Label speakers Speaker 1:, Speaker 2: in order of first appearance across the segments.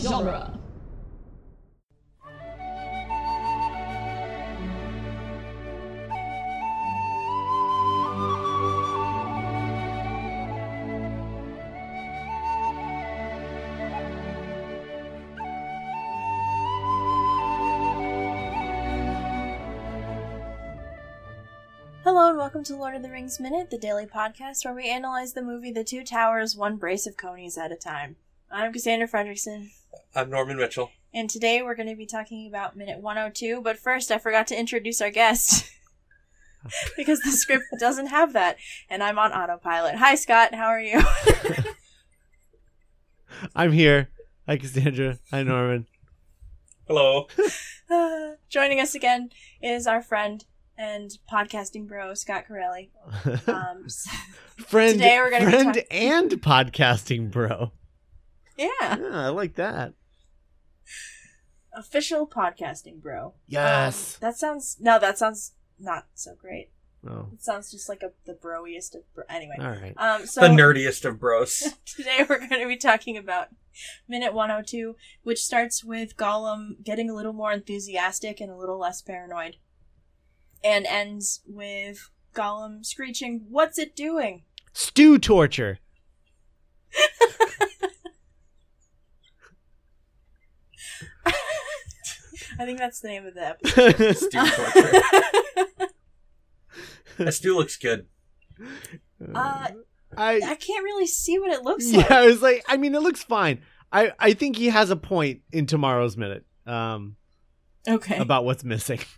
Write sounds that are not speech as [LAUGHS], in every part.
Speaker 1: genre.
Speaker 2: Hello and welcome to Lord of the Rings Minute, the daily podcast where we analyze the movie The Two Towers one brace of conies at a time. I'm Cassandra Fredrickson,
Speaker 3: I'm Norman Mitchell.
Speaker 2: and today we're going to be talking about minute 102, but first I forgot to introduce our guest [LAUGHS] because the script doesn't have that, and I'm on autopilot. Hi Scott, how are you? [LAUGHS]
Speaker 4: I'm here. Hi, Cassandra. Hi,
Speaker 2: [LAUGHS]
Speaker 4: Norman.
Speaker 3: Hello.
Speaker 2: Joining us again is our friend and podcasting bro, Scott Corelli. Um, [LAUGHS] so-
Speaker 4: friend,
Speaker 2: Today we're gonna be
Speaker 4: friend,
Speaker 2: talk-
Speaker 4: and podcasting
Speaker 2: [LAUGHS]
Speaker 4: bro.
Speaker 2: yeah,
Speaker 4: Yeah, I like
Speaker 2: Um,
Speaker 4: that.
Speaker 2: official podcasting bro.
Speaker 4: Yes.
Speaker 2: Um, that sounds no, that sounds not so great.
Speaker 4: Oh,
Speaker 2: It sounds just like a, the broiest of bro. Anyway,
Speaker 4: all right.
Speaker 2: um, so
Speaker 3: the nerdiest of bros.
Speaker 2: [LAUGHS] today we're going to be talking about minute 102, which starts with Gollum getting a little more enthusiastic and a little less paranoid, and ends with Gollum screeching, "What's it doing?" [LAUGHS]
Speaker 4: Stew torture.
Speaker 2: I think that's the name of the episode.
Speaker 4: Stew-
Speaker 2: [LAUGHS]
Speaker 3: Stew torture. that stew looks good.
Speaker 2: uh,
Speaker 4: I
Speaker 2: I can't really see what it looks
Speaker 4: yeah,
Speaker 2: like.
Speaker 4: I was like, I mean, it looks fine. I I think he has a point in tomorrow's minute. Um,
Speaker 2: Okay.
Speaker 4: about what's missing. [LAUGHS]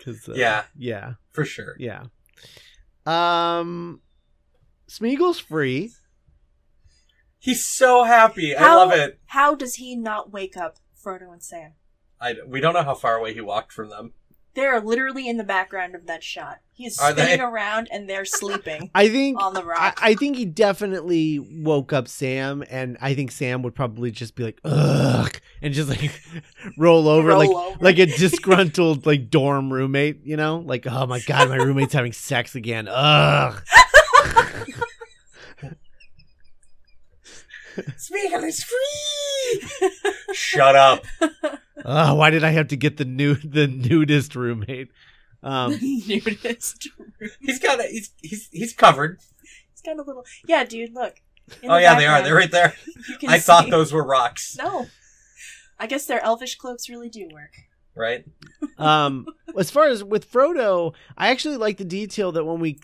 Speaker 4: 'Cause, uh,
Speaker 3: Yeah.
Speaker 4: yeah.
Speaker 3: For sure.
Speaker 4: Yeah. Um Smeagol's free.
Speaker 3: He's so happy.
Speaker 2: How-
Speaker 3: I love it.
Speaker 2: How does he not wake up Frodo and Sam?
Speaker 3: I, we don't know how far away he walked from them.
Speaker 2: They are literally in the background of that shot. He is
Speaker 3: Are they?
Speaker 2: spinning around and they're sleeping
Speaker 4: I think
Speaker 2: on the
Speaker 4: I,
Speaker 2: rock.
Speaker 4: I think he definitely woke up Sam and I think Sam would probably just be like, ugh and just like [LAUGHS] roll [LAUGHS] over
Speaker 2: Roll
Speaker 4: like
Speaker 2: over. [LAUGHS]
Speaker 4: like a disgruntled like dorm roommate, you know? Like, oh my god, my roommate's
Speaker 2: [LAUGHS]
Speaker 4: having sex again. Ugh.
Speaker 3: Spiegel is free! Shut up.
Speaker 4: Ugh, why did I have to get the new the nudist roommate? Um
Speaker 2: nudist.
Speaker 3: He's got a, he's, he's, he's covered.
Speaker 2: It's got a little. Yeah, dude, look. In
Speaker 3: oh,
Speaker 2: the
Speaker 3: yeah, they are.
Speaker 2: background,
Speaker 3: They're right there.
Speaker 2: [LAUGHS] you can
Speaker 3: I thought
Speaker 2: see-
Speaker 3: those were rocks.
Speaker 2: No. I guess their elfish cloaks really do work.
Speaker 3: Right?
Speaker 4: um as far as with frodo i actually like the detail that when we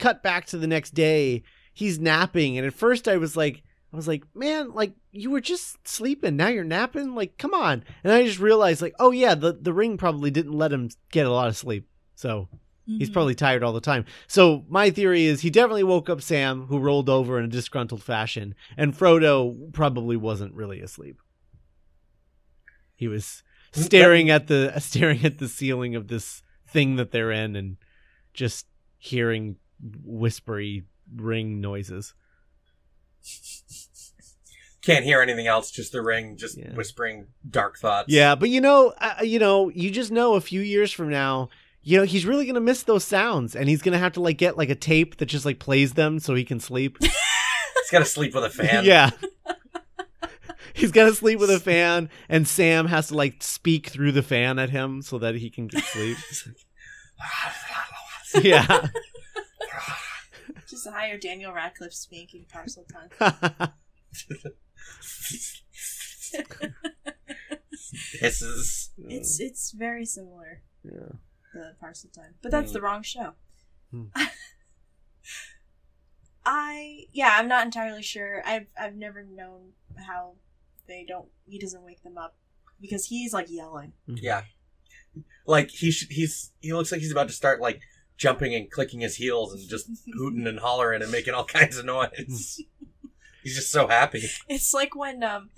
Speaker 4: cut back to the next day he's napping and at first i was like i was like man like you were just sleeping now you're napping like come on and i just realized like oh yeah the, the ring probably didn't let him get a lot of sleep so
Speaker 2: Mm-hmm.
Speaker 4: he's probably tired all the time so my theory is he definitely woke up sam who rolled over in a disgruntled fashion and frodo probably wasn't really asleep he was staring at the [LAUGHS] staring at the ceiling of this thing that they're in and just hearing whispery ring noises.
Speaker 3: Can't hear anything else, just the ring, just
Speaker 4: Yeah.
Speaker 3: whispering dark thoughts.
Speaker 4: Yeah, but you know, uh, you know, you just know a few years from now, you know, he's really gonna miss those sounds, and he's gonna have to like get like a tape that just like plays them so he can sleep.
Speaker 3: He's got to sleep with a fan.
Speaker 4: [LAUGHS]
Speaker 3: [SIGHS]
Speaker 4: yeah. He's got to sleep with a fan, and Sam has to like speak through the fan at him so that he can get sleep. yeah.
Speaker 2: Just hire Daniel Radcliffe speaking parcel tongue.
Speaker 3: This is.
Speaker 2: It's it's very similar.
Speaker 4: Yeah.
Speaker 2: The parcel tongue. But that's
Speaker 3: Mm.
Speaker 2: the wrong show.
Speaker 4: Hmm.
Speaker 2: [LAUGHS] I yeah, I'm not entirely sure. I've I've never known how they don't he doesn't wake them up because he's like yelling.
Speaker 3: Yeah. Like he sh- he's he looks like he's about to start like jumping and clicking his heels and
Speaker 2: [LAUGHS]
Speaker 3: just hooting and hollering and making all [LAUGHS] kinds of
Speaker 4: [LAUGHS]
Speaker 3: noise. he's just so happy.
Speaker 2: It's like when um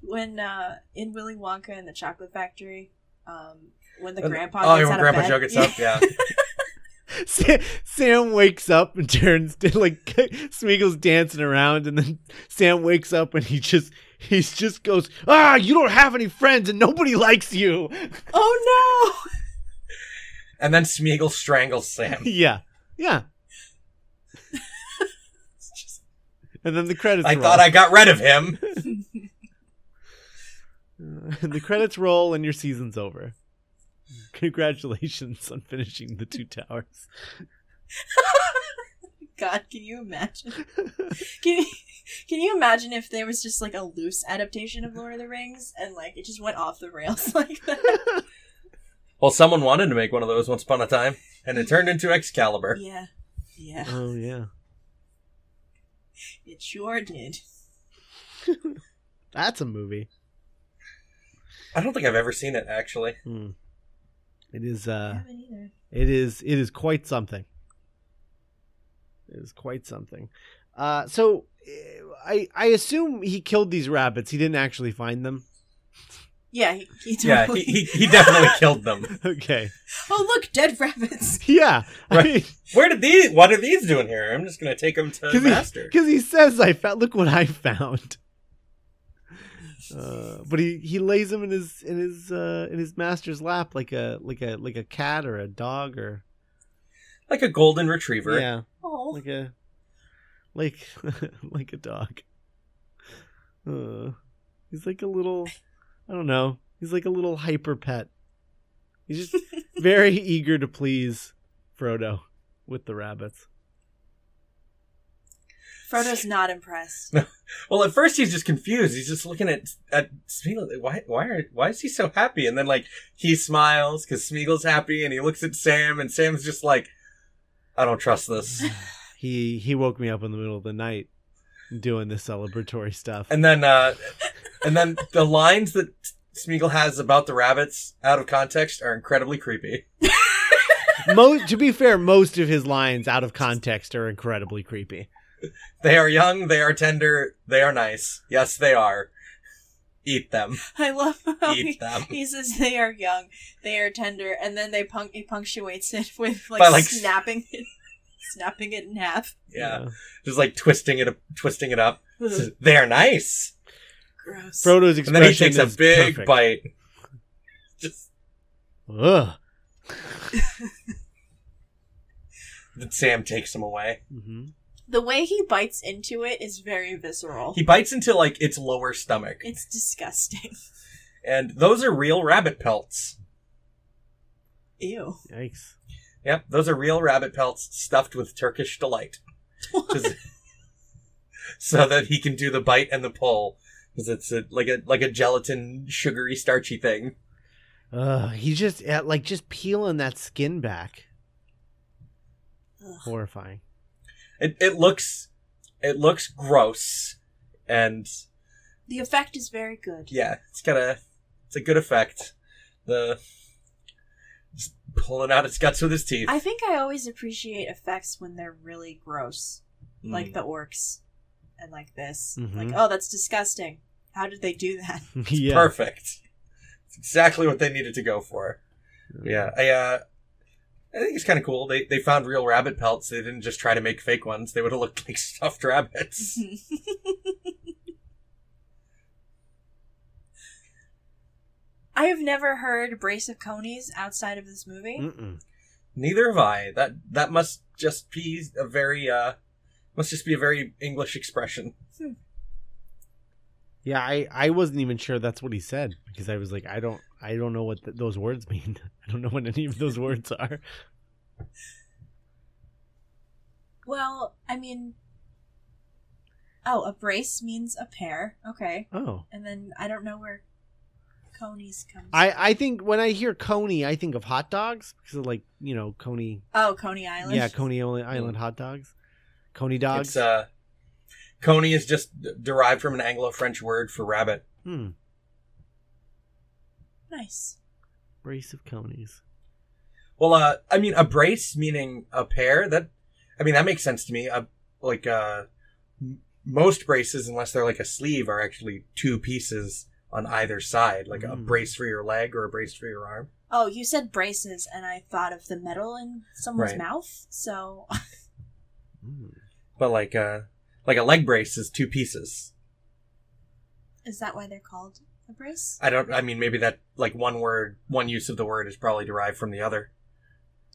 Speaker 2: when uh in Willy Wonka and the Chocolate Factory, um when the
Speaker 3: And-
Speaker 2: grandpa
Speaker 3: Oh,
Speaker 2: gets
Speaker 3: when
Speaker 2: out
Speaker 3: Grandpa
Speaker 2: of bed.
Speaker 3: Joe gets
Speaker 2: Yeah.
Speaker 3: up, yeah.
Speaker 4: [LAUGHS] Sa- Sam wakes up and turns [LAUGHS] to like Smeagol's dancing around, and then Sam wakes up and he just he just goes, "Ah, you don't have any friends, and nobody likes you."
Speaker 2: [LAUGHS]
Speaker 4: [LAUGHS]
Speaker 2: Oh
Speaker 3: And then Smeagol strangles
Speaker 4: [LAUGHS]
Speaker 3: Sam.
Speaker 4: yeah, yeah.
Speaker 2: no!
Speaker 4: And then the credits.
Speaker 3: I
Speaker 4: roll.
Speaker 3: thought I got rid of him.
Speaker 4: [LAUGHS] the credits roll and your season's over. Congratulations on finishing the two towers.
Speaker 2: God, can you imagine? Can you, can you imagine if there was just like a loose adaptation of Lord of the Rings and like it just went off the rails [LAUGHS] like that?
Speaker 3: Well, someone wanted to make one of those once upon a time, and it turned into Excalibur.
Speaker 2: Yeah. Yeah.
Speaker 4: oh yeah.
Speaker 2: It sure did.
Speaker 4: That's a movie.
Speaker 3: I don't think I've ever seen it
Speaker 2: [LAUGHS]
Speaker 3: actually.
Speaker 4: Hmm. It is
Speaker 2: I
Speaker 4: uh
Speaker 2: haven't either.
Speaker 4: it is it is quite something. It is quite something. Uh so eh, I I assume he killed these rabbits. He didn't actually find them. [LAUGHS]
Speaker 2: Yeah, he, he
Speaker 3: Yeah,
Speaker 2: totally-
Speaker 3: he, he, he definitely killed them.
Speaker 4: Okay.
Speaker 2: Oh, look, dead rabbits.
Speaker 3: [LAUGHS]
Speaker 4: Yeah.
Speaker 3: Right. Where did these? What are these doing here? I'm just gonna take them to
Speaker 4: Give me-
Speaker 3: master.
Speaker 4: Because he says, "I found. Look what I found." Uh, but he, he lays him in his in his uh, in his master's lap like a like a like a cat or a dog or
Speaker 3: like a golden retriever.
Speaker 4: yeah
Speaker 2: Oh,
Speaker 4: like a like [LAUGHS] like a dog. Uh, he's like a little I don't know. He's like a little hyper pet. He's just very eager to please Frodo with the rabbits.
Speaker 3: [LAUGHS]
Speaker 2: Frodo's not impressed.
Speaker 3: Well, at first he's just confused. He's just looking at at Smeagol. Why why are, why is he so happy? And then like he smiles because Smeagol's happy, and he looks at Sam, and Sam's just like, I don't trust this.
Speaker 4: he he woke me up in the middle of the night doing this celebratory stuff.
Speaker 3: And then uh and then the lines that Smeagol has about the rabbits out of context are incredibly creepy.
Speaker 4: Mo- to be fair, most of his lines out of context are incredibly creepy.
Speaker 3: They are young, they are tender, they are nice. Yes, they are. Eat them.
Speaker 2: I love how he,
Speaker 3: Eat them.
Speaker 2: he says they are young, they are tender, and then they punc- he punctuates it with like,
Speaker 3: By, like,
Speaker 2: snapping it, [LAUGHS] snapping it in half.
Speaker 3: Yeah. Just like twisting it twisting it up.
Speaker 2: Ugh,
Speaker 3: They are nice.
Speaker 2: gross.
Speaker 4: Frodo's
Speaker 3: And then he
Speaker 4: expression
Speaker 3: takes a
Speaker 4: is
Speaker 3: big
Speaker 4: perfect.
Speaker 3: bite. Just
Speaker 4: Ugh.
Speaker 3: that Sam takes him away.
Speaker 4: Mhm.
Speaker 2: the way he bites into it is very visceral.
Speaker 3: He bites into like its lower stomach.
Speaker 2: It's disgusting. [LAUGHS]
Speaker 3: And those are real rabbit pelts.
Speaker 2: Ew.
Speaker 4: Yikes.
Speaker 3: Yep, those are real rabbit pelts stuffed with Turkish delight. Just- [LAUGHS] so that he can do the bite and the pull because it's a, like a like a gelatin sugary starchy thing.
Speaker 4: Ugh. He just yeah, like just peeling that skin back.
Speaker 2: Ugh.
Speaker 4: Horrifying. [LAUGHS]
Speaker 3: It it looks it looks gross and
Speaker 2: [LAUGHS] The effect is very good.
Speaker 3: yeah, it's got a it's a good effect. The just pulling out its guts with his teeth.
Speaker 2: I think I always appreciate effects when they're really gross,
Speaker 3: Mm. Mm-hmm.
Speaker 2: like the orcs and like this.
Speaker 4: Mhm.
Speaker 2: Like, oh, that's disgusting. How did they do that? [LAUGHS]
Speaker 4: yeah.
Speaker 3: perfect. It's exactly what they needed to go for. Yeah, I uh, I think it's kind of cool. They they found real rabbit pelts. They didn't just try to make fake ones. They would have looked [LAUGHS] like stuffed rabbits.
Speaker 2: Mm-hmm. I have never heard Brace of Conies outside of this movie.
Speaker 3: Mm.
Speaker 4: Mm-mm.
Speaker 3: Neither have I. That that must just be a very uh, must just be a very English expression.
Speaker 4: Yeah. I I wasn't even sure that's what he said because I was like I don't I don't know what th- those words mean. [LAUGHS] I don't know what any of
Speaker 3: [LAUGHS]
Speaker 4: those words are.
Speaker 2: Well, I mean. Oh, a brace means a pair. Okay.
Speaker 4: Oh.
Speaker 2: And then I don't know where conies comes
Speaker 4: I, I think when I hear Coney, I think of hot dogs because of like you know Coney,
Speaker 2: Oh, Coney Island.
Speaker 4: yeah, Coney Island Island hot dogs, Coney dogs.
Speaker 3: It's uh, coney is just d- derived from an Anglo-French word for rabbit.
Speaker 4: hmm,
Speaker 2: Nice.
Speaker 4: brace of conies.
Speaker 3: Well, uh, I mean, a brace meaning a pair. That, I mean, that makes sense to me. Uh, like, uh, m- most braces, unless they're like a sleeve, are actually two pieces on either side, like a
Speaker 4: Mm.
Speaker 3: brace for your leg or a brace for your arm.
Speaker 2: Oh, you said braces, and I thought of the metal in someone's
Speaker 3: Right.
Speaker 2: mouth. So, [LAUGHS]
Speaker 4: Hmm.
Speaker 3: But like, uh, like a leg brace is two pieces.
Speaker 2: is that why they're called a brace?
Speaker 3: I don't. I mean, maybe that like one word, one use of the word is probably derived from the other.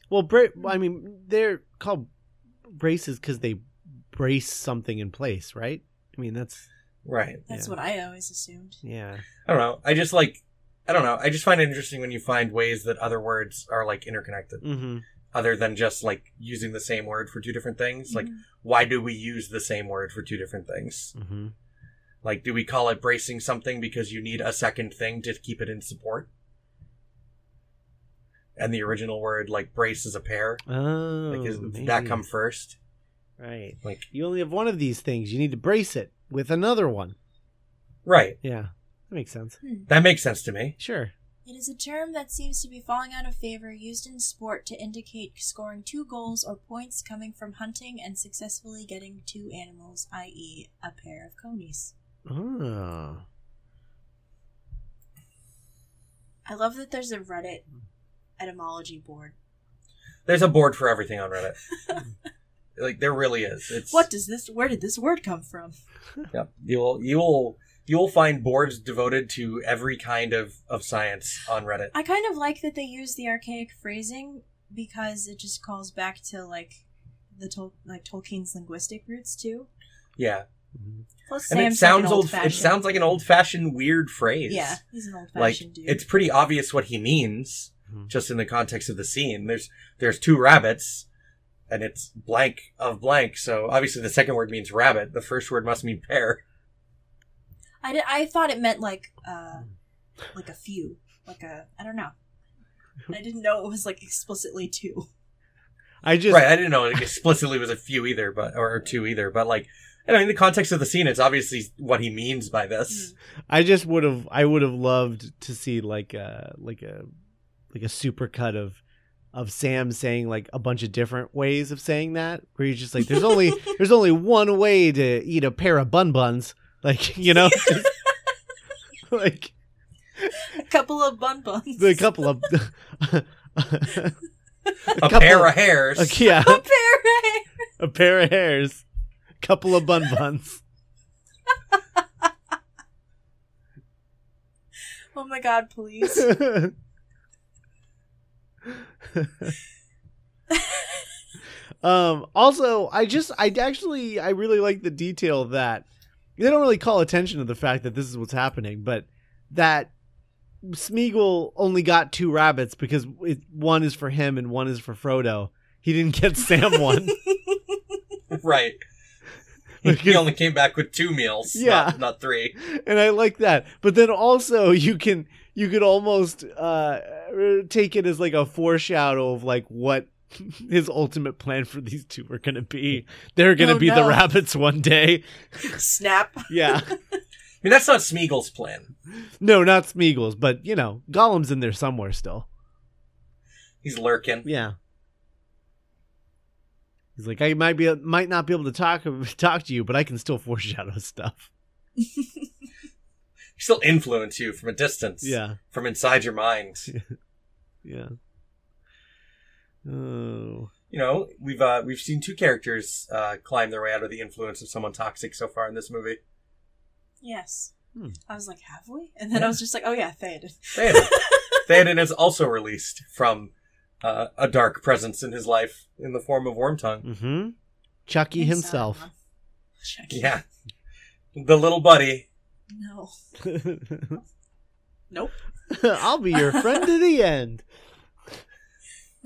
Speaker 4: Well, bra- I mean they're called braces because they brace something in place, right? I mean that's
Speaker 3: Right.
Speaker 2: That's
Speaker 4: Yeah.
Speaker 2: what I always assumed.
Speaker 4: yeah.
Speaker 3: I don't know. I just like I don't know. I just find it interesting when you find ways that other words are like interconnected,
Speaker 4: hmm
Speaker 3: other than just like using the same word for two different things. Like,
Speaker 2: Hmm.
Speaker 3: why do we use the same word for two different things?
Speaker 4: hmm
Speaker 3: Like, do we call it bracing something because you need a second thing to keep it in support? And the original word, like brace, is a pair.
Speaker 4: Oh,
Speaker 3: Like, is, did that
Speaker 4: maybe.
Speaker 3: come first?
Speaker 4: right?
Speaker 3: Like,
Speaker 4: You only have one of these things. You need to brace it with another one.
Speaker 3: right.
Speaker 4: Yeah, that makes sense.
Speaker 3: That makes sense to me.
Speaker 4: Sure.
Speaker 2: It is a term that seems to be falling out of favor used in sport to indicate scoring two goals or points coming from hunting and successfully getting two animals, i.e., a pair of conies.
Speaker 4: Oh,
Speaker 2: I love that there's a Reddit
Speaker 4: Hmm.
Speaker 2: etymology board.
Speaker 3: There's a board for everything on Reddit. like, there really is. It's
Speaker 2: What does this? Where did this word come from?
Speaker 3: Yep. You'll you'll you'll find boards devoted to every kind of of science on Reddit.
Speaker 2: I kind of like that they use the archaic phrasing because it just calls back to like the Tol- like Tolkien's linguistic roots too.
Speaker 3: Yeah,
Speaker 4: Mhm.
Speaker 2: Plus,
Speaker 3: and it
Speaker 2: Sam's
Speaker 3: sounds
Speaker 2: like
Speaker 3: old.
Speaker 2: old.
Speaker 3: It sounds like an old fashioned weird phrase.
Speaker 2: yeah, he's an old
Speaker 3: Like
Speaker 2: fashioned dude.
Speaker 3: it's pretty obvious what he means
Speaker 4: Mhm.
Speaker 3: just in the context of the scene. There's there's two rabbits, and it's blank of blank. So obviously the second word means rabbit. The first word must mean pear.
Speaker 2: I, did, I thought it meant like uh like a few like a I don't know. I didn't know it was like explicitly two. [LAUGHS]
Speaker 4: I just
Speaker 3: right. I didn't know it explicitly was a few either, but or, or two either, but like. I mean, in the context of the scene, it's obviously what he means by this.
Speaker 4: I just would have I would have loved to see like a like a like a supercut of of Sam saying like a bunch of different ways of saying that where you're just like there's only there's only one way to eat a pair of bun buns like [LAUGHS] you know just- like
Speaker 2: A couple of bun buns.
Speaker 4: the
Speaker 2: [LAUGHS]
Speaker 4: couple of [LAUGHS]
Speaker 3: A,
Speaker 4: couple
Speaker 3: pair
Speaker 4: of-
Speaker 3: of hairs.
Speaker 4: like, yeah
Speaker 2: a pair.
Speaker 4: a pair of hairs couple of bun buns
Speaker 2: Oh my god, please.
Speaker 3: [LAUGHS]
Speaker 4: [LAUGHS] um also i just i actually i really like the detail that they don't really call attention to the fact that this is what's happening but that Smeagol only got two rabbits because it, one is for him and one is for Frodo. He didn't get Sam one.
Speaker 3: [LAUGHS]
Speaker 4: [LAUGHS]
Speaker 3: Right. He only came back with two meals.
Speaker 4: Yeah.
Speaker 3: Not, not three.
Speaker 4: [LAUGHS] and I like that. But then also [LAUGHS] you can you could almost uh, take it as like a foreshadow of like what [LAUGHS] his ultimate plan for these two are going to be. They're going to
Speaker 2: Oh,
Speaker 4: be the [LAUGHS]
Speaker 2: no.
Speaker 4: rabbits one
Speaker 2: [LAUGHS]
Speaker 4: day.
Speaker 2: Snap. [LAUGHS]
Speaker 4: Yeah,
Speaker 3: I mean, that's not Smeagol's plan.
Speaker 4: no, not Smeagol's, but you know Gollum's in there somewhere still.
Speaker 3: He's lurking.
Speaker 4: Yeah. He's like, I might be, might not be able to talk [LAUGHS] talk to you, but I can still foreshadow [LAUGHS] stuff.
Speaker 3: He still influence you from a distance.
Speaker 4: Yeah,
Speaker 3: From inside your mind.
Speaker 4: yeah. Oh,
Speaker 3: You know, we've uh, we've seen two characters uh, climb their way out of the influence of someone toxic so far in this movie.
Speaker 2: Yes.
Speaker 4: Hmm.
Speaker 2: I was like, have we? And then I was just like, oh yeah, Theoden.
Speaker 4: [LAUGHS]
Speaker 3: Theoden. Theoden is also released from uh, a dark presence in his life in the form of Wormtongue.
Speaker 4: mm-hmm. Chucky
Speaker 2: I'm sorry,
Speaker 4: himself.
Speaker 2: Mom. Chucky.
Speaker 3: Yeah. The little buddy.
Speaker 2: No. Nope.
Speaker 4: [LAUGHS] I'll be your friend to the end.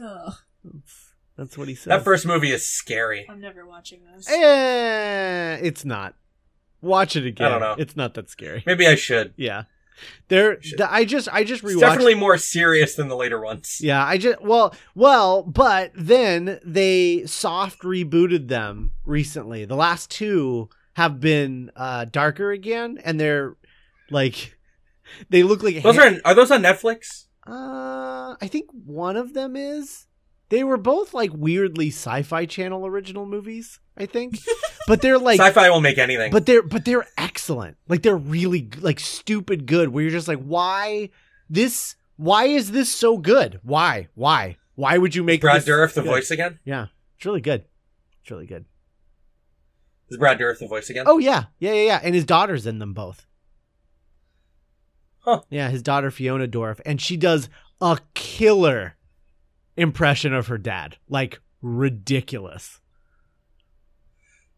Speaker 2: Ugh.
Speaker 4: That's, that's what he said.
Speaker 3: That first movie is scary.
Speaker 2: I'm never watching those.
Speaker 4: Eh, it's not. Watch it again.
Speaker 3: I don't know.
Speaker 4: It's not that scary.
Speaker 3: Maybe I should.
Speaker 4: Yeah. There
Speaker 3: Shit.
Speaker 4: th- I just I just
Speaker 3: It's
Speaker 4: rewatched
Speaker 3: definitely more serious than the later ones.
Speaker 4: Yeah, I just well, well, but then they soft rebooted them recently. The last two have been uh darker again and they're like they look like
Speaker 3: Those are on, are those on Netflix?
Speaker 4: Uh, I think one of them is. They were both like weirdly sci-fi channel original movies, I think. but they're like
Speaker 3: Sci-fi will make anything.
Speaker 4: but they're but they're excellent. Like they're really g- like stupid good where you're just like why this why is this so good? Why? Why? Why would you make
Speaker 3: Brad
Speaker 4: this
Speaker 3: Dourif the
Speaker 4: good?
Speaker 3: voice again?
Speaker 4: It's really good. It's really good.
Speaker 3: Is Brad Dourif the voice again?
Speaker 4: Oh yeah. Yeah, yeah, yeah. And his daughter's in them both.
Speaker 3: Huh.
Speaker 4: Yeah, his daughter Fiona Dorf and she does a killer impression of her dad. Like ridiculous.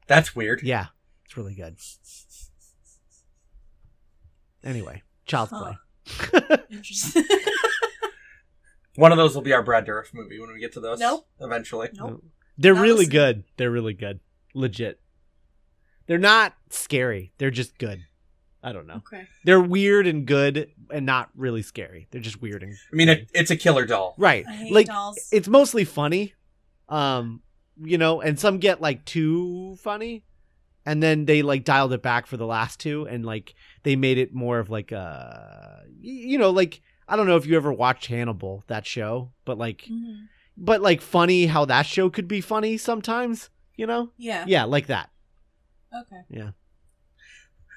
Speaker 3: That's weird.
Speaker 4: Yeah. It's really good. Anyway, child's
Speaker 2: Huh.
Speaker 4: play.
Speaker 2: Interesting. [LAUGHS]
Speaker 3: One of those will be our Brad Dourif movie when we get to those.
Speaker 2: Nope.
Speaker 3: Eventually.
Speaker 2: Nope.
Speaker 4: They're
Speaker 2: Not
Speaker 4: really
Speaker 2: listening.
Speaker 4: good. They're really good. Legit. They're not scary. They're just good. I don't know.
Speaker 2: Okay.
Speaker 4: They're weird and good and not really scary. They're just weird and
Speaker 3: I mean, it, it's a killer doll.
Speaker 4: right.
Speaker 2: I hate
Speaker 4: Like
Speaker 2: dolls.
Speaker 4: it's mostly funny. Um, you know, and some get like too funny and then they like dialed it back for the last two and like they made it more of like uh y- you know, like I don't know if you ever watched Hannibal, that show, but like
Speaker 2: Mhm.
Speaker 4: but like funny how that show could be funny sometimes, you know?
Speaker 2: Yeah.
Speaker 4: Yeah, like that.
Speaker 2: Okay.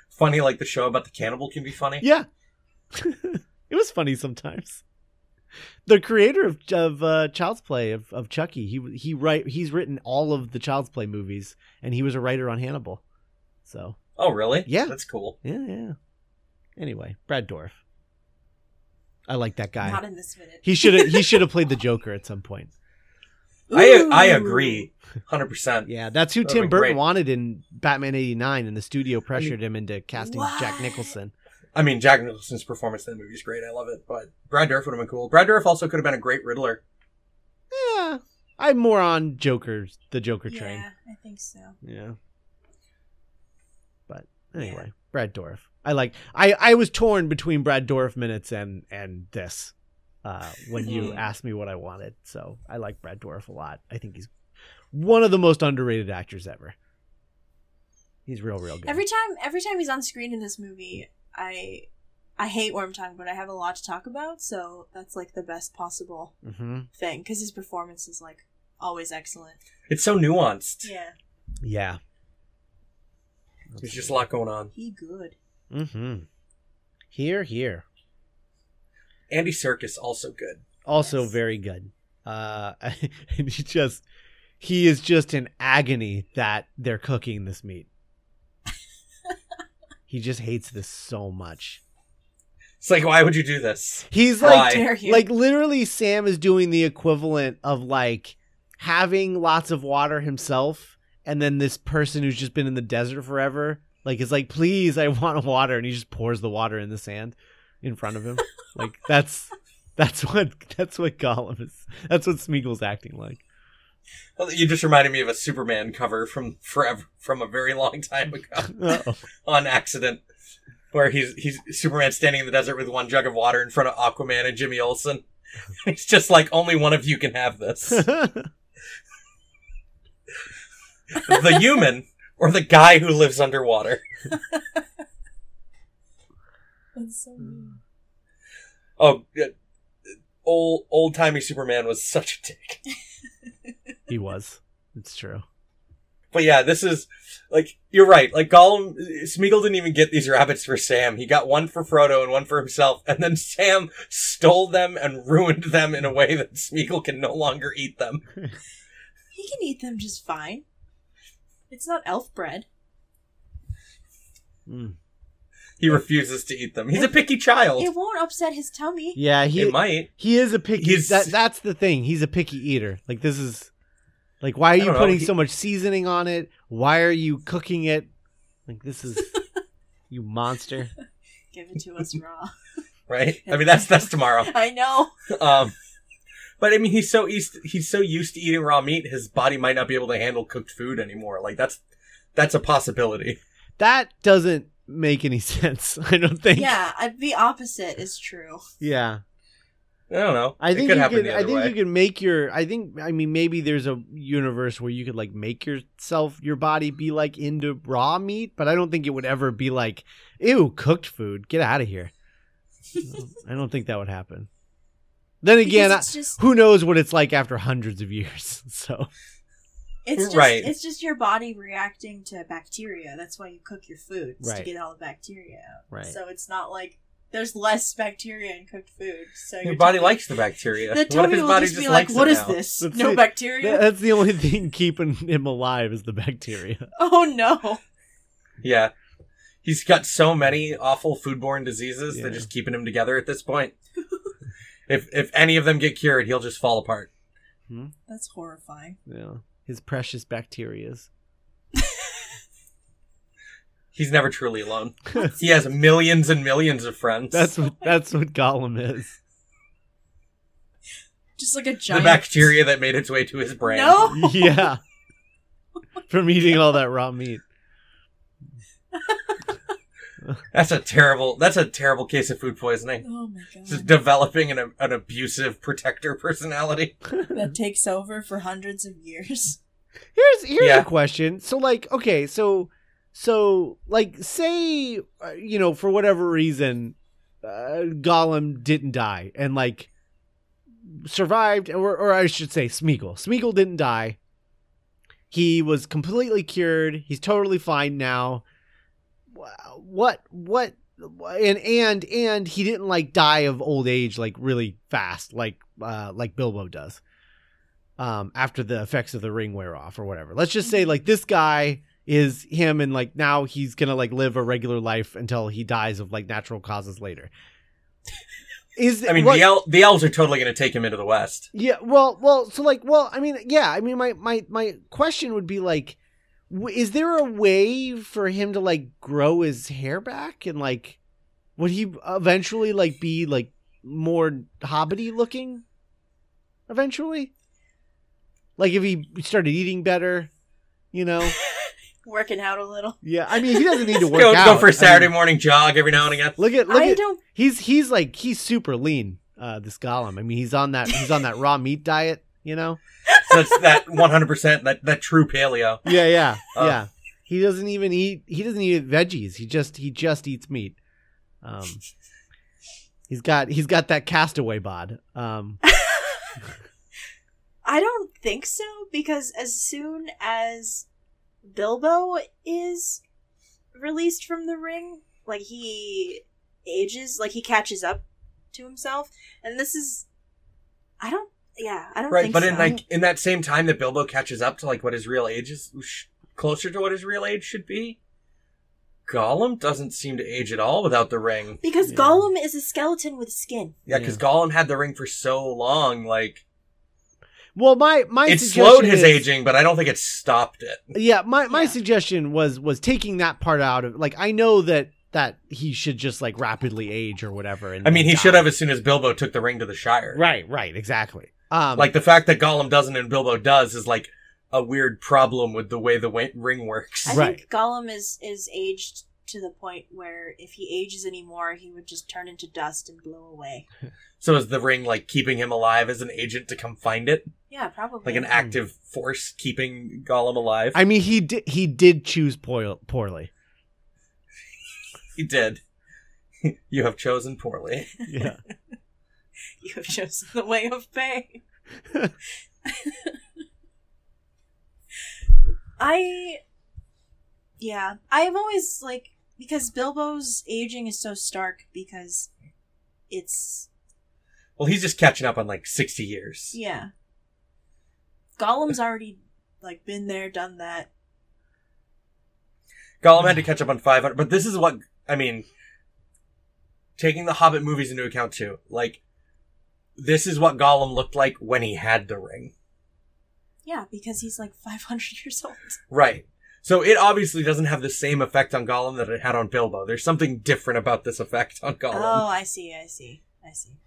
Speaker 3: Funny, like the show about the cannibal can be funny.
Speaker 4: Yeah. [LAUGHS] it was funny sometimes. The creator of of uh, Child's Play of, of Chucky, he he write he's written all of the Child's Play movies and he was a writer on Hannibal. So,
Speaker 3: Oh, really?
Speaker 4: Yeah.
Speaker 3: That's cool.
Speaker 4: yeah, yeah. Anyway, Brad Dorff. I like that guy.
Speaker 2: Not in this minute.
Speaker 4: he should have he should have played the Joker at some point.
Speaker 3: I
Speaker 2: Ooh.
Speaker 3: I agree, hundred percent.
Speaker 4: Yeah, that's who
Speaker 3: That would've
Speaker 4: Tim
Speaker 3: been
Speaker 4: Burton
Speaker 3: great.
Speaker 4: wanted in Batman 89 and the studio pressured him into casting Jack
Speaker 2: What?
Speaker 4: Nicholson.
Speaker 3: I mean, Jack Nicholson's performance in that movie is great. I love it. But Brad Dourif would have been cool. Brad Dourif also could have been a great Riddler.
Speaker 4: Yeah. I'm more on Joker's the Joker train.
Speaker 2: Yeah, I think so.
Speaker 4: Yeah. But
Speaker 2: Yeah.
Speaker 4: anyway, Brad Dorff. I like. I I was torn between Brad Dorff minutes and and this uh, when you
Speaker 3: Hmm.
Speaker 4: asked me what I wanted. So I like Brad Dorff a lot. I think he's one of the most underrated actors ever. He's real, real good.
Speaker 2: Every time, every time he's on screen in this movie, I, I hate Worm Tongue, but I have a lot to talk about, so that's like the best possible
Speaker 4: hmm
Speaker 2: thing because his performance is like always excellent.
Speaker 3: It's so nuanced.
Speaker 2: Yeah,
Speaker 4: Yeah.
Speaker 3: There's just a lot going on.
Speaker 2: he good.
Speaker 4: Mm-hmm. Here, here.
Speaker 3: Andy Serkis also good.
Speaker 4: also
Speaker 2: Yes.
Speaker 4: very good. Uh, [LAUGHS] and he just he is just in agony that they're cooking this meat. he just hates this so much.
Speaker 3: It's like, why would you do this?
Speaker 4: He's
Speaker 3: Why?
Speaker 4: like
Speaker 2: How dare you?
Speaker 4: like literally Sam is doing the equivalent of like having lots of water himself and then this person who's just been in the desert forever like is like please I [LAUGHS] want water and he just pours the water in the sand in front of him. like that's that's what that's what Gollum is. That's what Smeagol's acting like. [LAUGHS]
Speaker 3: Well, You just reminded me of a Superman cover from forever, from a very long time ago
Speaker 4: Uh-oh.
Speaker 3: on accident, where he's he's Superman standing in the desert with one jug of water in front of Aquaman and Jimmy Olsen. [LAUGHS] It's just like only one of you can
Speaker 4: [LAUGHS]
Speaker 3: have this: the human or the guy who lives underwater.
Speaker 2: That's so
Speaker 3: Hmm.
Speaker 2: mean.
Speaker 3: Oh, yeah. old old timey Superman was such a dick.
Speaker 4: he was. It's true.
Speaker 3: But yeah, this is like you're right. Like Gollum, Smeagol didn't even get these rabbits for Sam. He got one for Frodo and one for himself, and then Sam stole them and ruined them in a way that Smeagol can no longer eat them.
Speaker 2: He can eat them just fine. It's not elf bread.
Speaker 4: Mm.
Speaker 3: He refuses to eat them. He's a picky child.
Speaker 2: It won't upset his tummy.
Speaker 4: Yeah, he
Speaker 3: it might.
Speaker 4: He is a picky.
Speaker 3: He's-
Speaker 4: That, that's the thing. He's a picky eater. Like this is, like, why are you
Speaker 3: don't know.
Speaker 4: putting
Speaker 3: He-
Speaker 4: so much seasoning on it? Why are you cooking it? Like this
Speaker 3: [LAUGHS]
Speaker 4: is, you monster.
Speaker 2: Give it to us raw. [LAUGHS]
Speaker 3: Right? I mean, that's that's tomorrow.
Speaker 2: I know.
Speaker 3: [LAUGHS] Um, but I mean, he's so used he's so used to eating raw meat, his body might not be able to handle cooked food anymore. Like that's that's a possibility.
Speaker 4: That doesn't make any [LAUGHS] sense. I don't think.
Speaker 2: Yeah, I- the opposite is true.
Speaker 4: Yeah.
Speaker 3: I don't know.
Speaker 4: I
Speaker 3: It
Speaker 4: think
Speaker 3: could
Speaker 4: you
Speaker 3: happen
Speaker 4: could.
Speaker 3: the
Speaker 4: I
Speaker 3: other
Speaker 4: think
Speaker 3: way.
Speaker 4: you could make your. I think. I mean, maybe there's a universe where you could like make yourself, your body be like into raw meat, but I don't think it would ever be like, ew, cooked food. Get out of here. I don't think that would happen. Then again,
Speaker 2: Because
Speaker 4: I,
Speaker 2: it's just
Speaker 4: who knows what it's like after hundreds of years. [LAUGHS] So
Speaker 2: it's just
Speaker 3: Right.
Speaker 2: it's just your body reacting to bacteria. That's why you cook your food is to
Speaker 4: Right.
Speaker 2: get all the bacteria out. So it's not like there's less bacteria in cooked food. So
Speaker 3: Your body likes the bacteria.
Speaker 2: The
Speaker 3: [LAUGHS] what if
Speaker 2: tummy
Speaker 3: his
Speaker 2: will
Speaker 3: body
Speaker 2: just,
Speaker 3: just,
Speaker 2: be like,
Speaker 3: likes
Speaker 2: "What
Speaker 3: it
Speaker 2: is
Speaker 3: now?
Speaker 2: this?
Speaker 4: Let's
Speaker 2: no
Speaker 4: see.
Speaker 2: bacteria?
Speaker 4: that's the only thing keeping him alive is the bacteria.
Speaker 2: [LAUGHS] Oh no!
Speaker 3: Yeah. He's got so many awful foodborne diseases
Speaker 4: Yeah.
Speaker 3: that just keeping him together at this point. [LAUGHS] if if any of them get cured, he'll just fall apart.
Speaker 2: That's horrifying.
Speaker 4: Yeah, his precious bacterias.
Speaker 3: He's never truly alone. he has millions and millions of
Speaker 4: [LAUGHS]
Speaker 3: friends.
Speaker 4: That's what that's what Gollum is.
Speaker 2: Just like a
Speaker 3: the
Speaker 2: giant
Speaker 3: bacteria that made its way to his brain.
Speaker 2: No,
Speaker 4: [LAUGHS] Yeah. From eating all that raw meat.
Speaker 3: That's a terrible. That's a terrible case of food poisoning.
Speaker 2: oh my god,
Speaker 3: Just developing an, an abusive protector personality.
Speaker 2: that takes over for hundreds of years. [LAUGHS]
Speaker 4: Here's here's
Speaker 3: Yeah.
Speaker 4: a question. So like, okay, so so like, say uh, you know for whatever reason, uh, Gollum didn't die and like survived, or or I should say Smeagol. Smeagol didn't die. He was completely cured. He's totally fine now. Wha- What what and and and he didn't like die of old age like really fast like uh like Bilbo does um, after the effects of the ring wear off or whatever. Let's just
Speaker 3: Mm-hmm.
Speaker 4: say like this guy is him and like now he's gonna like live a regular life until he dies of like natural causes later. Is
Speaker 3: I mean,
Speaker 4: what-
Speaker 3: the el- the elves are totally going to take him into the west.
Speaker 4: yeah, well, well, so like, well, I mean, yeah, I mean, my my my question would be like, w- is there a way for him to like grow his hair back and like, would he eventually like be like more hobbity looking? Eventually, like if he started eating better, you know?
Speaker 2: Working out a little.
Speaker 4: Yeah, I mean, he doesn't need to work
Speaker 3: [LAUGHS] Go,
Speaker 4: out.
Speaker 3: go for
Speaker 4: I
Speaker 3: a Saturday
Speaker 4: mean,
Speaker 3: morning jog every now and again.
Speaker 4: look at look
Speaker 2: I
Speaker 4: at
Speaker 2: don't. [LAUGHS]
Speaker 4: he's he's like he's super lean. Uh, this Gollum. I mean, he's on that he's on that raw meat diet. You know.
Speaker 3: So it's that 100% that, that true paleo.
Speaker 4: Yeah,
Speaker 3: [LAUGHS]
Speaker 4: yeah,
Speaker 3: Uh.
Speaker 4: yeah. He doesn't even eat. He doesn't eat veggies. He just he just eats meat.
Speaker 3: [LAUGHS]
Speaker 4: Um, he's got he's got that castaway bod. Um,
Speaker 2: I don't think so because as soon as Bilbo is released from the ring, like he ages, like he catches up to himself, and this is, I don't, yeah, I don't
Speaker 3: Right,
Speaker 2: think
Speaker 3: but
Speaker 2: so.
Speaker 3: in like in that same time that Bilbo catches up to like what his real age is, sh- closer to what his real age should be, Gollum doesn't seem to age at all without the ring.
Speaker 2: because
Speaker 4: Yeah.
Speaker 2: Gollum is a skeleton with skin.
Speaker 3: Yeah, because Gollum had the ring for so long, like
Speaker 4: well, my my
Speaker 3: it
Speaker 4: suggestion
Speaker 3: slowed his
Speaker 4: is-
Speaker 3: aging, but I don't think it stopped it.
Speaker 4: Yeah, my my
Speaker 2: Yeah.
Speaker 4: suggestion was was taking that part out of like I know that that he should just like rapidly age or whatever. And
Speaker 3: I mean,
Speaker 4: and
Speaker 3: he
Speaker 4: die.
Speaker 3: should have as soon as Bilbo took the ring to the Shire.
Speaker 4: Right, right, exactly. Um,
Speaker 3: Like the fact that Gollum doesn't and Bilbo does is like a weird problem with the way the wa- ring works.
Speaker 2: I
Speaker 4: Right.
Speaker 2: think Gollum is is aged to the point where if he ages anymore, he would just turn into dust and blow away.
Speaker 3: So is the ring like keeping him alive as an agent to come find it?
Speaker 2: Yeah, probably.
Speaker 3: like an active force keeping Gollum alive.
Speaker 4: I mean, he did he did choose poil-
Speaker 3: [LAUGHS]
Speaker 4: poorly.
Speaker 3: he did. [LAUGHS] you have chosen poorly. [LAUGHS]
Speaker 4: Yeah.
Speaker 2: [LAUGHS] you have chosen the way of pain. I, yeah, I've always like because Bilbo's aging is so stark because it's
Speaker 3: Well, he's just catching up on like sixty years.
Speaker 2: yeah. Gollum's already like been there, done that.
Speaker 3: Gollum had to catch up on five hundred, but this is what I mean. Taking the Hobbit movies into account too, like this is what Gollum looked like when he had the ring,
Speaker 2: Yeah, because he's like 500 years old.
Speaker 3: right? So it obviously doesn't have the same effect on Gollum that it had on Bilbo. There's something different about this effect on Gollum.
Speaker 2: Oh, I see, I see, I see.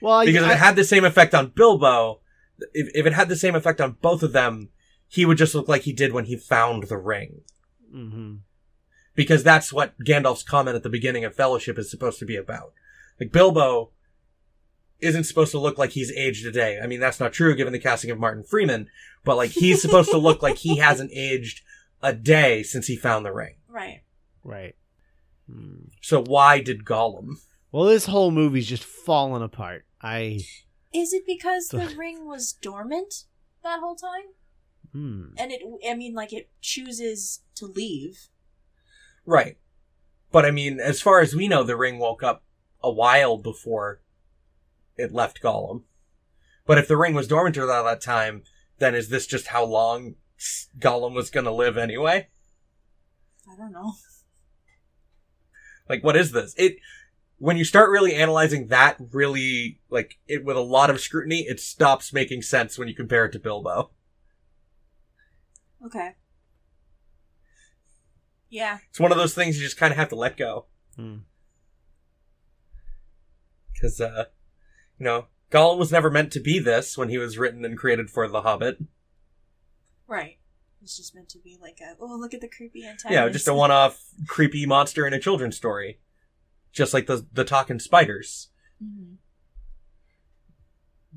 Speaker 4: Well,
Speaker 3: because if
Speaker 4: I,
Speaker 3: it had the same effect on Bilbo, if, if it had the same effect on both of them, he would just look like he did when he found the ring.
Speaker 4: hmm
Speaker 3: Because that's what Gandalf's comment at the beginning of Fellowship is supposed to be about. Like, Bilbo isn't supposed to look like he's aged a day. I mean, that's not true given the casting of Martin Freeman, but like, he's supposed to look like he hasn't aged a day since he found the ring.
Speaker 2: Right.
Speaker 4: right. Hmm.
Speaker 3: So why did Gollum?
Speaker 4: Well, this whole movie's just falling apart. I
Speaker 2: Is it because
Speaker 4: So-
Speaker 3: [LAUGHS]
Speaker 2: the ring was dormant that whole time?
Speaker 4: hmm.
Speaker 2: and it i mean like it chooses to leave
Speaker 3: Right. But I mean, as far as we know, the ring woke up a while before it left Gollum. But if the ring was dormant at all that time, then is this just how long s- Gollum was going to live anyway?
Speaker 2: i don't know
Speaker 3: Like, what is this? It, when you start really analyzing that really, like, it with a lot of scrutiny, it stops making sense when you compare it to Bilbo.
Speaker 2: okay Yeah.
Speaker 3: It's one of those things you just kind of have to let go.
Speaker 4: Hmm.
Speaker 3: Because, uh, you know, Gollum was never meant to be this when he was written and created for The Hobbit.
Speaker 2: Right. It's just meant to be like a oh look at the creepy antagonist.
Speaker 3: Yeah, just a one off creepy monster in a children's story. Just like the, the talking spiders.
Speaker 2: Mhm.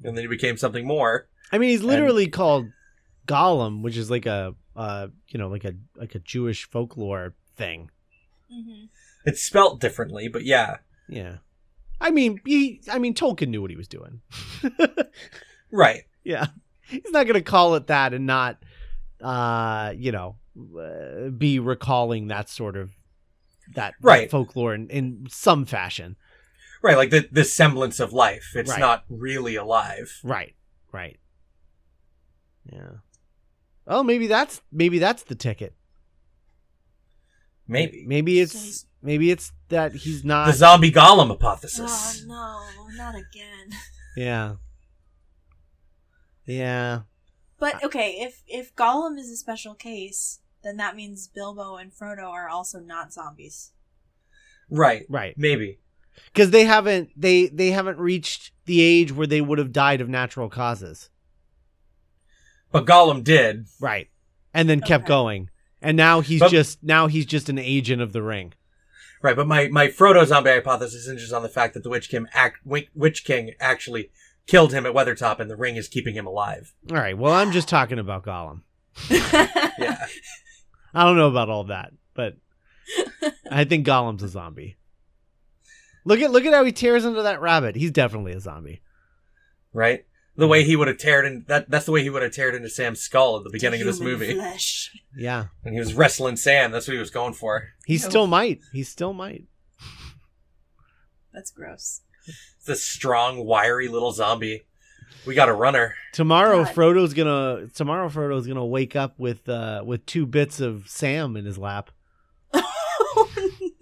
Speaker 3: And then he became something more.
Speaker 4: I mean, he's literally called Gollum, which is like a uh, you know, like a like a Jewish folklore thing.
Speaker 2: Mhm.
Speaker 3: It's spelt differently, but yeah.
Speaker 4: Yeah. I mean, he I mean Tolkien knew what he was doing. [LAUGHS]
Speaker 3: Right.
Speaker 4: yeah. He's not going to call it that and not uh, you know, uh, be recalling that sort of that
Speaker 3: Right.
Speaker 4: folklore in, in some fashion.
Speaker 3: Right. Like the, the semblance of life. It's
Speaker 4: Right.
Speaker 3: not really alive.
Speaker 4: Right. Right. Yeah. Oh, maybe that's maybe that's the ticket.
Speaker 3: Maybe.
Speaker 4: Maybe
Speaker 2: So
Speaker 4: it's
Speaker 2: he's-
Speaker 4: maybe it's that he's
Speaker 3: The
Speaker 4: not
Speaker 3: zombie Gollum
Speaker 2: Oh
Speaker 3: hypothesis.
Speaker 2: no, not again.
Speaker 4: Yeah. Yeah.
Speaker 2: But okay, if if Gollum is a special case, then that means Bilbo and Frodo are also not zombies.
Speaker 3: Right.
Speaker 4: Right.
Speaker 3: Maybe.
Speaker 4: Cuz they haven't they they haven't reached the age where they would have died of natural causes.
Speaker 3: But Gollum did.
Speaker 4: Right. And then kept
Speaker 2: Okay.
Speaker 4: going. And now he's
Speaker 3: But-
Speaker 4: just now he's just an agent of the ring.
Speaker 3: Right, but my, my Frodo zombie hypothesis hinges on the fact that the Witch King, act, Wi- Witch King actually killed him at Weathertop and the ring is keeping him
Speaker 2: [LAUGHS]
Speaker 3: alive.
Speaker 4: All right. Well, I'm just talking about Gollum.
Speaker 3: [LAUGHS] Yeah.
Speaker 4: I don't know about all that, but I think Gollum's a zombie. Look at look at how he tears into that rabbit. He's definitely a zombie.
Speaker 3: right? The way he would have teared in that that's the way he would have teared into Sam's skull at the beginning of this
Speaker 2: Human
Speaker 3: movie.
Speaker 2: Flesh.
Speaker 4: Yeah.
Speaker 3: When he was wrestling Sam, that's what he was going for.
Speaker 4: He
Speaker 2: No.
Speaker 4: still might. He still might.
Speaker 2: That's gross. [LAUGHS]
Speaker 3: This strong, wiry little zombie. We got a runner.
Speaker 4: Tomorrow
Speaker 2: God.
Speaker 4: Frodo's gonna tomorrow Frodo's gonna wake up with uh with two bits of Sam in his lap.
Speaker 2: oh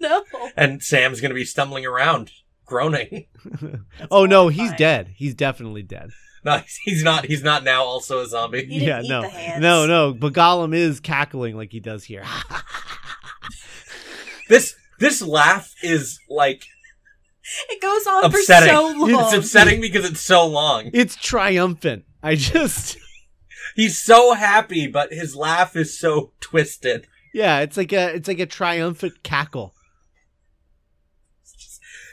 Speaker 2: no.
Speaker 3: And Sam's gonna be stumbling around, groaning. [LAUGHS]
Speaker 2: That's
Speaker 4: [LAUGHS] oh no, he's
Speaker 2: horrifying.
Speaker 4: dead. He's definitely dead.
Speaker 3: No, he's not he's not now also a zombie.
Speaker 2: He didn't
Speaker 4: yeah,
Speaker 2: eat
Speaker 4: no.
Speaker 2: the hands.
Speaker 4: No, no, but Gollum is cackling like he does here. [SIGHS]
Speaker 3: This this laugh is like
Speaker 2: It goes on
Speaker 3: upsetting.
Speaker 2: [LAUGHS] for
Speaker 4: [LAUGHS]
Speaker 2: so long.
Speaker 3: It's upsetting because it's so long.
Speaker 4: it's triumphant. I just [LAUGHS]
Speaker 3: He's so happy, but his laugh is so twisted.
Speaker 4: yeah, it's like a it's like a triumphant cackle.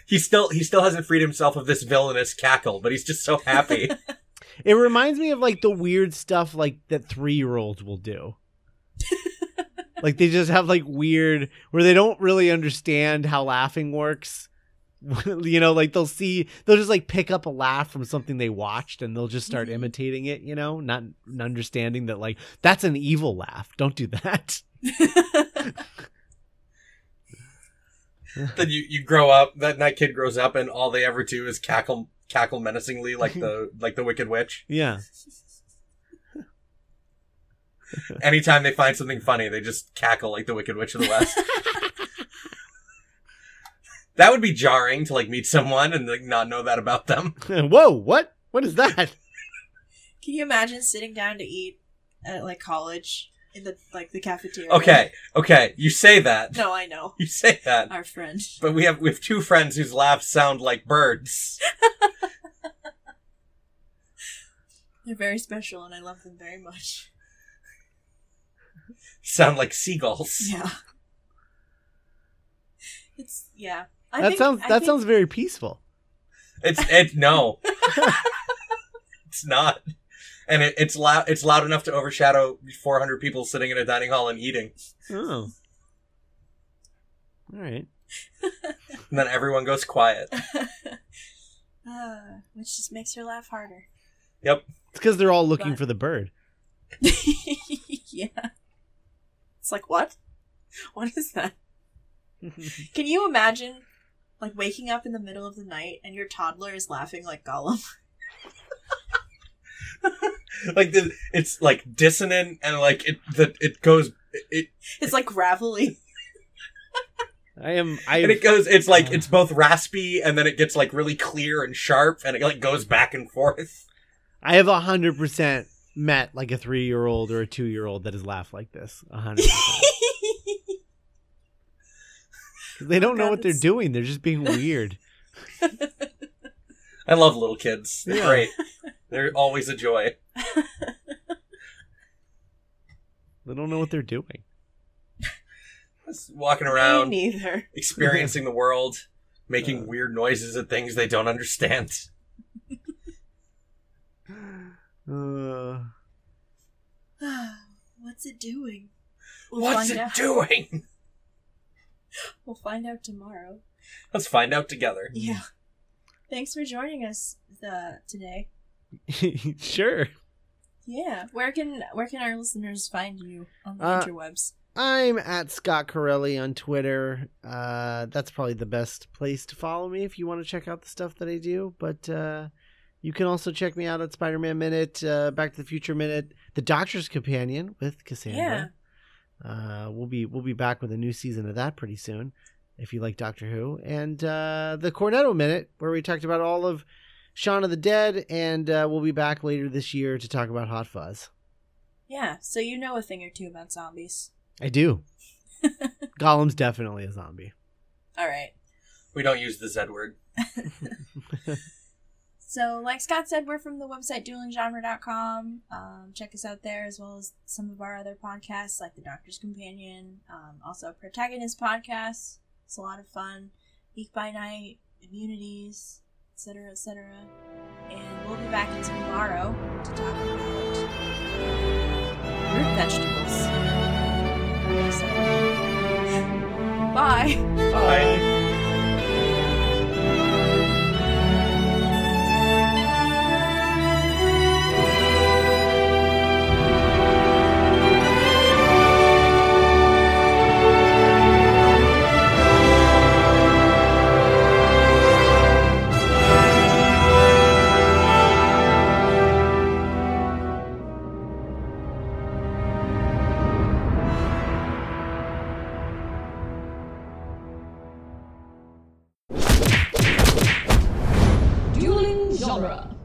Speaker 3: He still he still hasn't freed himself of this villainous cackle, but he's just so
Speaker 2: [LAUGHS]
Speaker 3: happy.
Speaker 4: It reminds me of like the weird stuff like that 3-year-olds will
Speaker 2: [LAUGHS]
Speaker 4: do. like they just have like weird where they don't really understand how laughing works. [LAUGHS] you know, like they'll see they'll just like pick up a laugh from something they watched and they'll just start
Speaker 2: Mhm.
Speaker 4: imitating it, you know, not not understanding that like that's an evil laugh. Don't do that. [LAUGHS]
Speaker 3: then you, you grow up that that kid grows up and all they ever do is cackle cackle menacingly like the like the wicked witch
Speaker 4: Yeah. [LAUGHS]
Speaker 3: anytime they find something funny they just cackle like the wicked witch of the
Speaker 2: [LAUGHS]
Speaker 3: west that would be jarring to like meet someone and like not know that about them
Speaker 4: Whoa, what? What is that?
Speaker 2: Can you imagine sitting down to eat at like college in the like the cafeteria?
Speaker 3: okay okay you say that
Speaker 2: No, I know.
Speaker 3: you say that
Speaker 2: Our friend.
Speaker 3: but we have we have two friends whose laughs sound like birds
Speaker 2: They're very special and I love them very much. [LAUGHS]
Speaker 3: sound like seagulls
Speaker 2: Yeah. It's yeah. I
Speaker 4: that
Speaker 2: think-
Speaker 4: sounds
Speaker 2: I
Speaker 4: that
Speaker 2: think-
Speaker 4: sounds very peaceful.
Speaker 3: It's it no. it's not. And it, it's loud it's loud enough to overshadow 400 people sitting in a dining hall and eating.
Speaker 4: Oh. All right.
Speaker 3: And then everyone goes quiet.
Speaker 2: [LAUGHS] Ah, which just makes her laugh harder. [LAUGHS]
Speaker 4: It's because they're all looking
Speaker 2: But-
Speaker 4: for the
Speaker 2: [LAUGHS]
Speaker 4: bird.
Speaker 2: yeah. It's like what? What is that? Can you imagine like waking up in the middle of the night and your toddler is laughing like Gollum? [LAUGHS]
Speaker 3: [LAUGHS] Like the, it's like dissonant and like it the, it goes it
Speaker 2: It's like
Speaker 3: [LAUGHS]
Speaker 2: gravelly.
Speaker 4: I am. I
Speaker 3: and
Speaker 4: am
Speaker 3: it goes it's like it's both raspy and then it gets like really clear and sharp and it like goes back and forth.
Speaker 4: I have a hundred percent
Speaker 3: [LAUGHS]
Speaker 4: met like a three year old or a two year old that has laughed like this. A hundred. percent. They don't know
Speaker 2: God,
Speaker 4: what they're
Speaker 2: that's-
Speaker 4: doing. They're just
Speaker 3: [LAUGHS]
Speaker 4: being weird.
Speaker 3: I love little kids. They're
Speaker 4: Yeah.
Speaker 3: great. They're always a joy.
Speaker 4: they don't know what they're doing.
Speaker 3: Just walking
Speaker 2: Me
Speaker 3: around,
Speaker 2: neither. [SIGHS]
Speaker 3: experiencing the world, making
Speaker 4: Uh.
Speaker 3: weird noises at things they don't understand.
Speaker 4: Uh,
Speaker 2: What's it doing? We'll
Speaker 3: What's
Speaker 2: find
Speaker 3: it
Speaker 2: out.
Speaker 3: doing?
Speaker 2: We'll find out tomorrow.
Speaker 3: Let's find out together.
Speaker 2: Yeah. Thanks for joining us uh, today.
Speaker 4: [LAUGHS] sure.
Speaker 2: Yeah. Where can where can our listeners find you on the
Speaker 4: Uh,
Speaker 2: interwebs?
Speaker 4: I'm at Scott Corelli on Twitter. Uh, that's probably the best place to follow me if you want to check out the stuff that I do. But uh, you can also check me out at Spider Man Minute, uh, Back to the Future Minute, The Doctor's Companion with Cassandra. Uh, we'll be we'll be back with a new season of that pretty soon. If you like Doctor Who, and uh, the Cornetto Minute, where we talked about all of Shaun of the Dead, and uh, we'll be back later this year to talk about Hot Fuzz.
Speaker 2: Yeah. So you know a thing or two about zombies.
Speaker 4: I do. Gollum's definitely a zombie.
Speaker 2: All right.
Speaker 3: We don't use the Z word.
Speaker 2: So, like Scott said, we're from the website duelinggenre.com. Um, check us out there as well as some of our other podcasts like The Doctor's Companion, um, also Protagonist Podcast. It's a lot of fun. Geek by Night, Immunities, etc., etc. And we'll be back tomorrow to talk about root vegetables. So, Bye.
Speaker 3: Bye.
Speaker 1: Dueling genre.